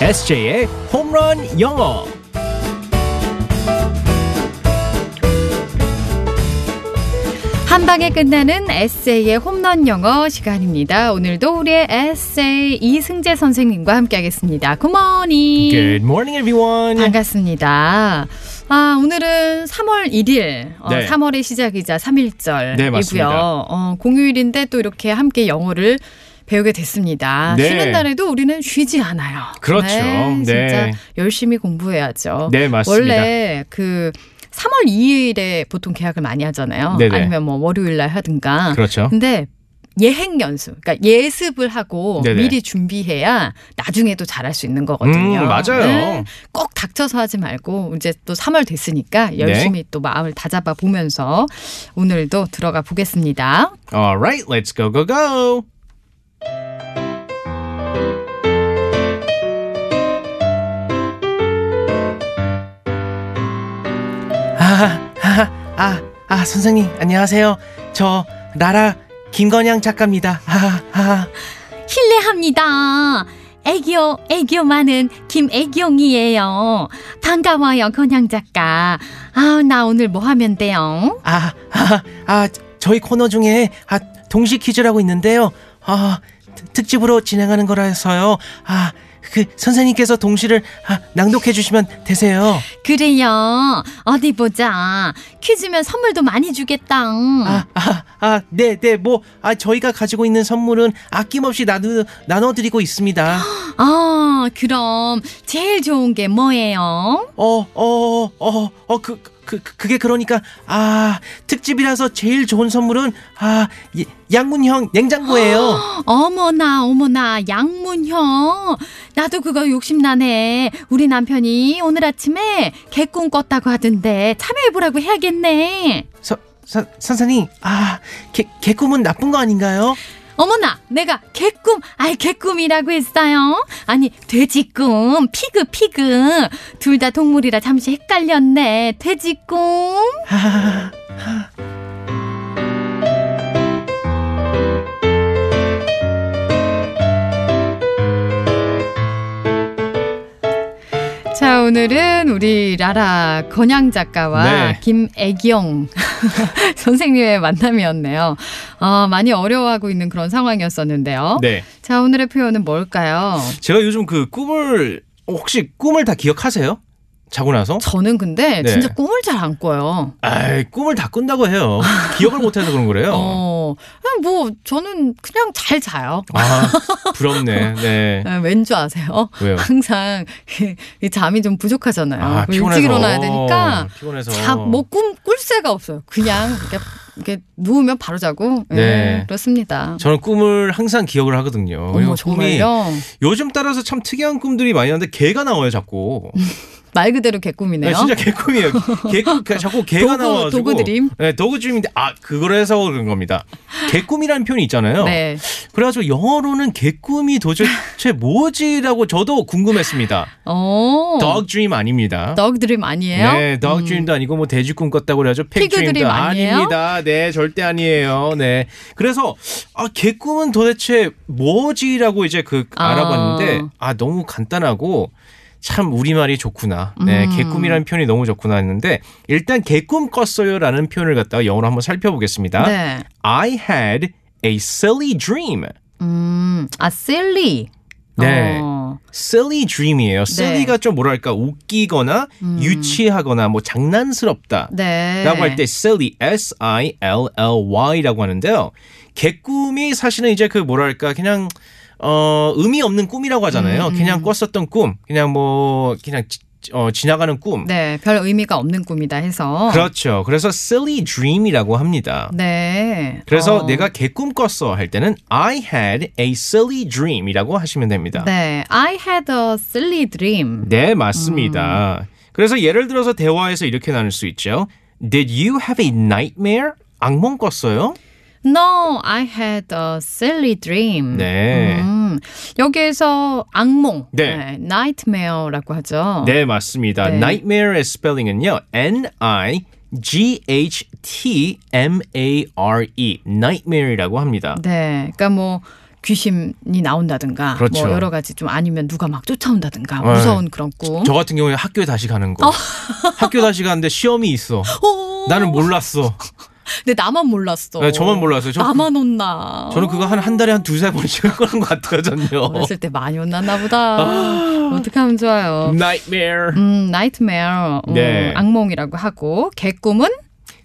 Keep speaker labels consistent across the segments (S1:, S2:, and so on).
S1: SJ의 홈런 영어.
S2: 한 방에 끝나는 에세이의 홈런 영어 시간입니다. 오늘도 우리의 에세이 이승재 선생님과 함께하겠습니다. 굿모닝.
S1: Good morning, everyone.
S2: 반갑습니다. 아, 오늘은 3월 1일, 어,
S1: 네.
S2: 3월의 시작이자
S1: 네,
S2: 3일절이고요.
S1: 맞습니다.
S2: 어, 공휴일인데 또 이렇게 함께 영어를 배우게 됐습니다.
S1: 네.
S2: 쉬는 날에도 우리는 쉬지 않아요.
S1: 그렇죠.
S2: 네,
S1: 네.
S2: 진짜 열심히 공부해야죠.
S1: 네, 맞습니다.
S2: 원래 그 3월 2일에 보통 계약을 많이 하잖아요.
S1: 네네.
S2: 아니면 뭐 월요일 날 하든가.
S1: 그렇죠.
S2: 근데 예행 연습, 그러니까 예습을 하고
S1: 네네.
S2: 미리 준비해야 나중에도 잘할 수 있는 거거든요.
S1: 음,
S2: 네.
S1: 맞아요.
S2: 꼭 닥쳐서 하지 말고 이제 또 3월 됐으니까
S1: 네.
S2: 열심히 또 마음을 다잡아 보면서 오늘도 들어가 보겠습니다.
S1: All right, let's go, go, go.
S3: 아, 아, 아, 아, 선생님, 안녕하세요. 저, 나라, 김건양 작가입니다. 아, 아,
S4: 실례합니다. 애교, 애교 많은 김애경이에요. 반가워요, 건양 작가. 아, 나 오늘 뭐 하면 돼요?
S3: 아, 아, 아, 저희 코너 중에, 아, 동시 퀴즈라고 있는데요. 아, 특- 특집으로 진행하는 거라서요. 아, 그, 선생님께서 동시를, 아, 낭독해 주시면 되세요.
S4: 그래요. 어디 보자. 퀴즈면 선물도 많이 주겠다.
S3: 아, 아, 아, 네, 네, 뭐, 아, 저희가 가지고 있는 선물은 아낌없이 나누, 나눠드리고 있습니다.
S4: 아, 그럼 제일 좋은 게 뭐예요?
S3: 어, 어, 어, 어, 그, 그, 그- 그게 그러니까, 아, 특집이라서 제일 좋은 선물은, 아, 예, 양문형 냉장고예요.
S4: 어머나, 어머나, 양문형. 나도 그거 욕심나네. 우리 남편이 오늘 아침에 개꿈 꿨다고 하던데 참여해보라고 해야겠네.
S3: 서, 선, 선생님, 아, 개, 개꿈은 나쁜 거 아닌가요?
S4: 어머나, 내가 개꿈, 아이 개꿈이라고 했어요. 아니 돼지꿈, 피그 피그, 둘 다 동물이라 잠시 헷갈렸네. 돼지꿈.
S3: 아,
S2: 자, 오늘은 우리 라라 건양 작가와
S1: 네.
S2: 김애경 선생님의 만남이었네요. 어, 많이 어려워하고 있는 그런 상황이었었는데요.
S1: 네.
S2: 자, 오늘의 표현은 뭘까요?
S1: 제가 요즘 그 꿈을
S3: 혹시 꿈을 다 기억하세요? 자고 나서?
S2: 저는 근데
S1: 네.
S2: 진짜 꿈을 잘 안 꿔요.
S3: 아이, 꿈을 다 꾼다고 해요. 기억을 못해서 그런 거래요.
S2: 어, 그냥 뭐 저는 그냥 잘 자요.
S1: 아 부럽네. 네.
S2: 아, 왠줄 아세요?
S1: 왜요?
S2: 항상 이 잠이 좀 부족하잖아요.
S1: 아,
S2: 그리고 일찍 일어나야 되니까
S1: 피곤해서.
S2: 잠뭐꿈 꿀새가 없어요. 그냥 이렇게, 이렇게 누우면 바로 자고 예,
S1: 네.
S2: 그렇습니다.
S1: 저는 꿈을 항상 기억을 하거든요.
S2: 어머
S1: 그리고 꿈이
S2: 정말요?
S1: 요즘 따라서 참 특이한 꿈들이 많이 나는데 개가 나와요 자꾸.
S2: 말 그대로
S1: 네,
S2: 개꿈이네요.
S1: 진짜 개꿈이에요. 개, 그, 자꾸 개가
S2: 도구-
S1: 나와가지고.
S2: 도구드림?
S1: 네, 도구드림인데 아 그걸 해서 그런 겁니다. 개꿈이라는 표현이 있잖아요.
S2: 네.
S1: 그래가지고 영어로는 개꿈이 도대체 뭐지라고 저도 궁금했습니다.
S2: 어.
S1: dog dream 아닙니다.
S2: 덕드림 아니에요?
S1: 어?
S2: 음.
S1: 네, dog dream도 아니고 뭐 돼지꿈 꿨다고 그래가지고 pig
S2: 피그 드림
S1: dream도
S2: 아니에요?
S1: 아닙니다. 네, 절대 아니에요. 네, 그래서 아 개꿈은 도대체 뭐지라고 이제 그
S2: 아.
S1: 알아봤는데 아 너무 간단하고. 참 우리말이 좋구나. 네,
S2: 음.
S1: 개꿈이라는 표현이 너무 좋구나 했는데 일단 개꿈 꿨어요라는 표현을 갖다가 영어로 한번 살펴보겠습니다.
S2: 네.
S1: I had a silly dream.
S2: 음, 아 silly.
S1: 네.
S2: 어.
S1: silly dream이에요.
S2: 네.
S1: silly가 좀 뭐랄까 웃기거나
S2: 음.
S1: 유치하거나 뭐 장난스럽다.
S2: 네.
S1: 라고 할 때 silly, s i l l y라고 하는데요. 개꿈이 사실은 이제 그 뭐랄까 그냥 어 의미 없는 꿈이라고 하잖아요.
S2: 음,
S1: 그냥 꿨었던 꿈, 그냥 뭐 그냥 지, 어, 지나가는 꿈.
S2: 네, 별 의미가 없는 꿈이다 해서.
S1: 그렇죠. 그래서 silly dream이라고 합니다.
S2: 네.
S1: 그래서
S2: 어.
S1: 내가 개꿈 꿨어 할 때는 I had a silly dream이라고 하시면 됩니다.
S2: 네, I had a silly dream.
S1: 네,
S2: 음.
S1: 맞습니다. 그래서 예를 들어서 대화에서 이렇게 나눌 수 있죠. Did you have a nightmare? 악몽 꿨어요?
S2: No, I had a silly dream.
S1: 네.
S2: 음, 여기에서 악몽,
S1: 네.
S2: nightmare라고 하죠.
S1: 네, 맞습니다.
S2: 네.
S1: nightmare의 스펠링은요. N I G H T M A R E. nightmare이라고 합니다.
S2: 네, 그러니까 뭐 귀신이 나온다든가
S1: 그렇죠.
S2: 뭐 여러 가지 좀 아니면 누가 막 쫓아온다든가
S1: 네.
S2: 무서운 그런 꿈.
S1: 저 같은 경우에 학교에 다시 가는 거. 학교 다시 가는데 시험이 어. 있어.
S2: 오,
S1: 나는 몰랐어.
S2: 근데 나만 몰랐어.
S1: 네, 저만 몰랐어요. 저-
S2: 나만 혼나.
S1: 저는 그거 한, 한 달에 한 두세 번씩 그런 것 같거든요.
S2: 어렸을 때 많이 혼났나
S1: 아.
S2: 보다. 어떻게 하면 좋아요?
S1: Nightmare.
S2: 음, 나이트메어,
S1: 네.
S2: 악몽이라고 하고 개꿈은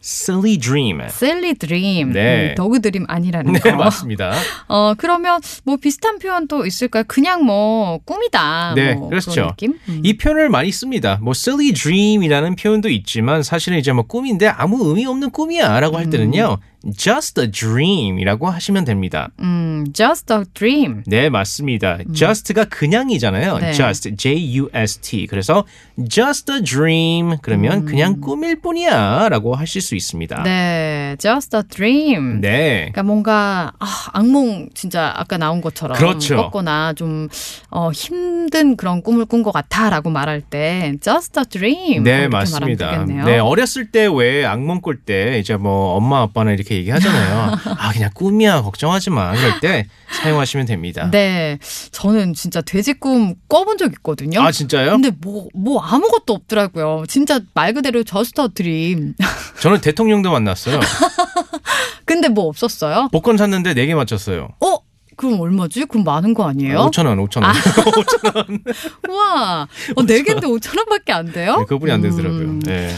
S1: Silly dream.
S2: 셀리 드림,
S1: 네.
S2: 음, 더그 드림 아니라는
S1: 네,
S2: 거.
S1: 맞습니다.
S2: 어, 그러면 뭐 비슷한 표현 또 있을까요? 그냥 뭐 꿈이다.
S1: 네,
S2: 뭐
S1: 그렇죠.
S2: 그런 느낌? 음.
S1: 이 표현을 많이 씁니다. 뭐 silly dream이라는 표현도 있지만 사실은 이제 뭐 꿈인데 아무 의미 없는 꿈이야라고
S2: 음.
S1: 할 때는요. just a dream이라고 하시면 됩니다.
S2: 음, just a dream.
S1: 네, 맞습니다. just가 그냥이잖아요.
S2: 음. 네.
S1: just j u s t. 그래서 just a dream 그러면 그냥 꿈일 뿐이야라고 하실 수 있습니다.
S2: 음. 네, just a dream.
S1: 네.
S2: 그러니까 뭔가 아, 악몽 진짜 아까 나온 것처럼
S1: 그렇죠.
S2: 꿨거나 좀 어, 힘든 그런 꿈을 꾼 것 같아라고 말할 때 just a dream
S1: 네,
S2: 이렇게 말하면
S1: 맞습니다.
S2: 되겠네요.
S1: 네, 어렸을 때 왜 악몽 꿀 때 이제 뭐 엄마 아빠는 이렇게 얘기하잖아요. 아, 그냥 꿈이야. 걱정하지 마. 그럴 때 사용하시면 됩니다.
S2: 네, 저는 진짜 돼지 꿈 꿔본 적 있거든요.
S1: 아, 진짜요?
S2: 근데 뭐 뭐 아무것도 없더라고요. 진짜 말 그대로 just a dream.
S1: 저는 대통령도 만났어요.
S2: 근데 뭐 없었어요?
S1: 복권 샀는데 네 개 맞췄어요.
S2: 어? 그럼 얼마지? 그럼 많은 거 아니에요?
S1: 5,000원, 5,000원.
S2: 우와, 어, 4개인데 5천 원밖에 안 돼요?
S1: 네, 그분이 안 되더라고요.
S2: 아. 음,
S1: 네.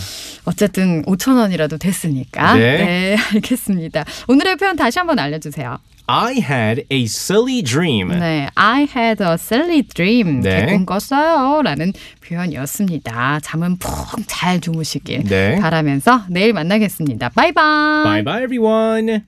S2: 어쨌든 5천 원이라도 됐으니까.
S1: 네.
S2: 네, 알겠습니다. 오늘의 표현 다시 한번 알려주세요.
S1: I had a silly dream.
S2: 네, I had a silly dream.
S1: 네.
S2: 개꿈 꿨어요. 라는 표현이었습니다. 잠은 푹 잘 주무시길
S1: 네.
S2: 바라면서 내일 만나겠습니다. 바이바이.
S1: Bye bye everyone.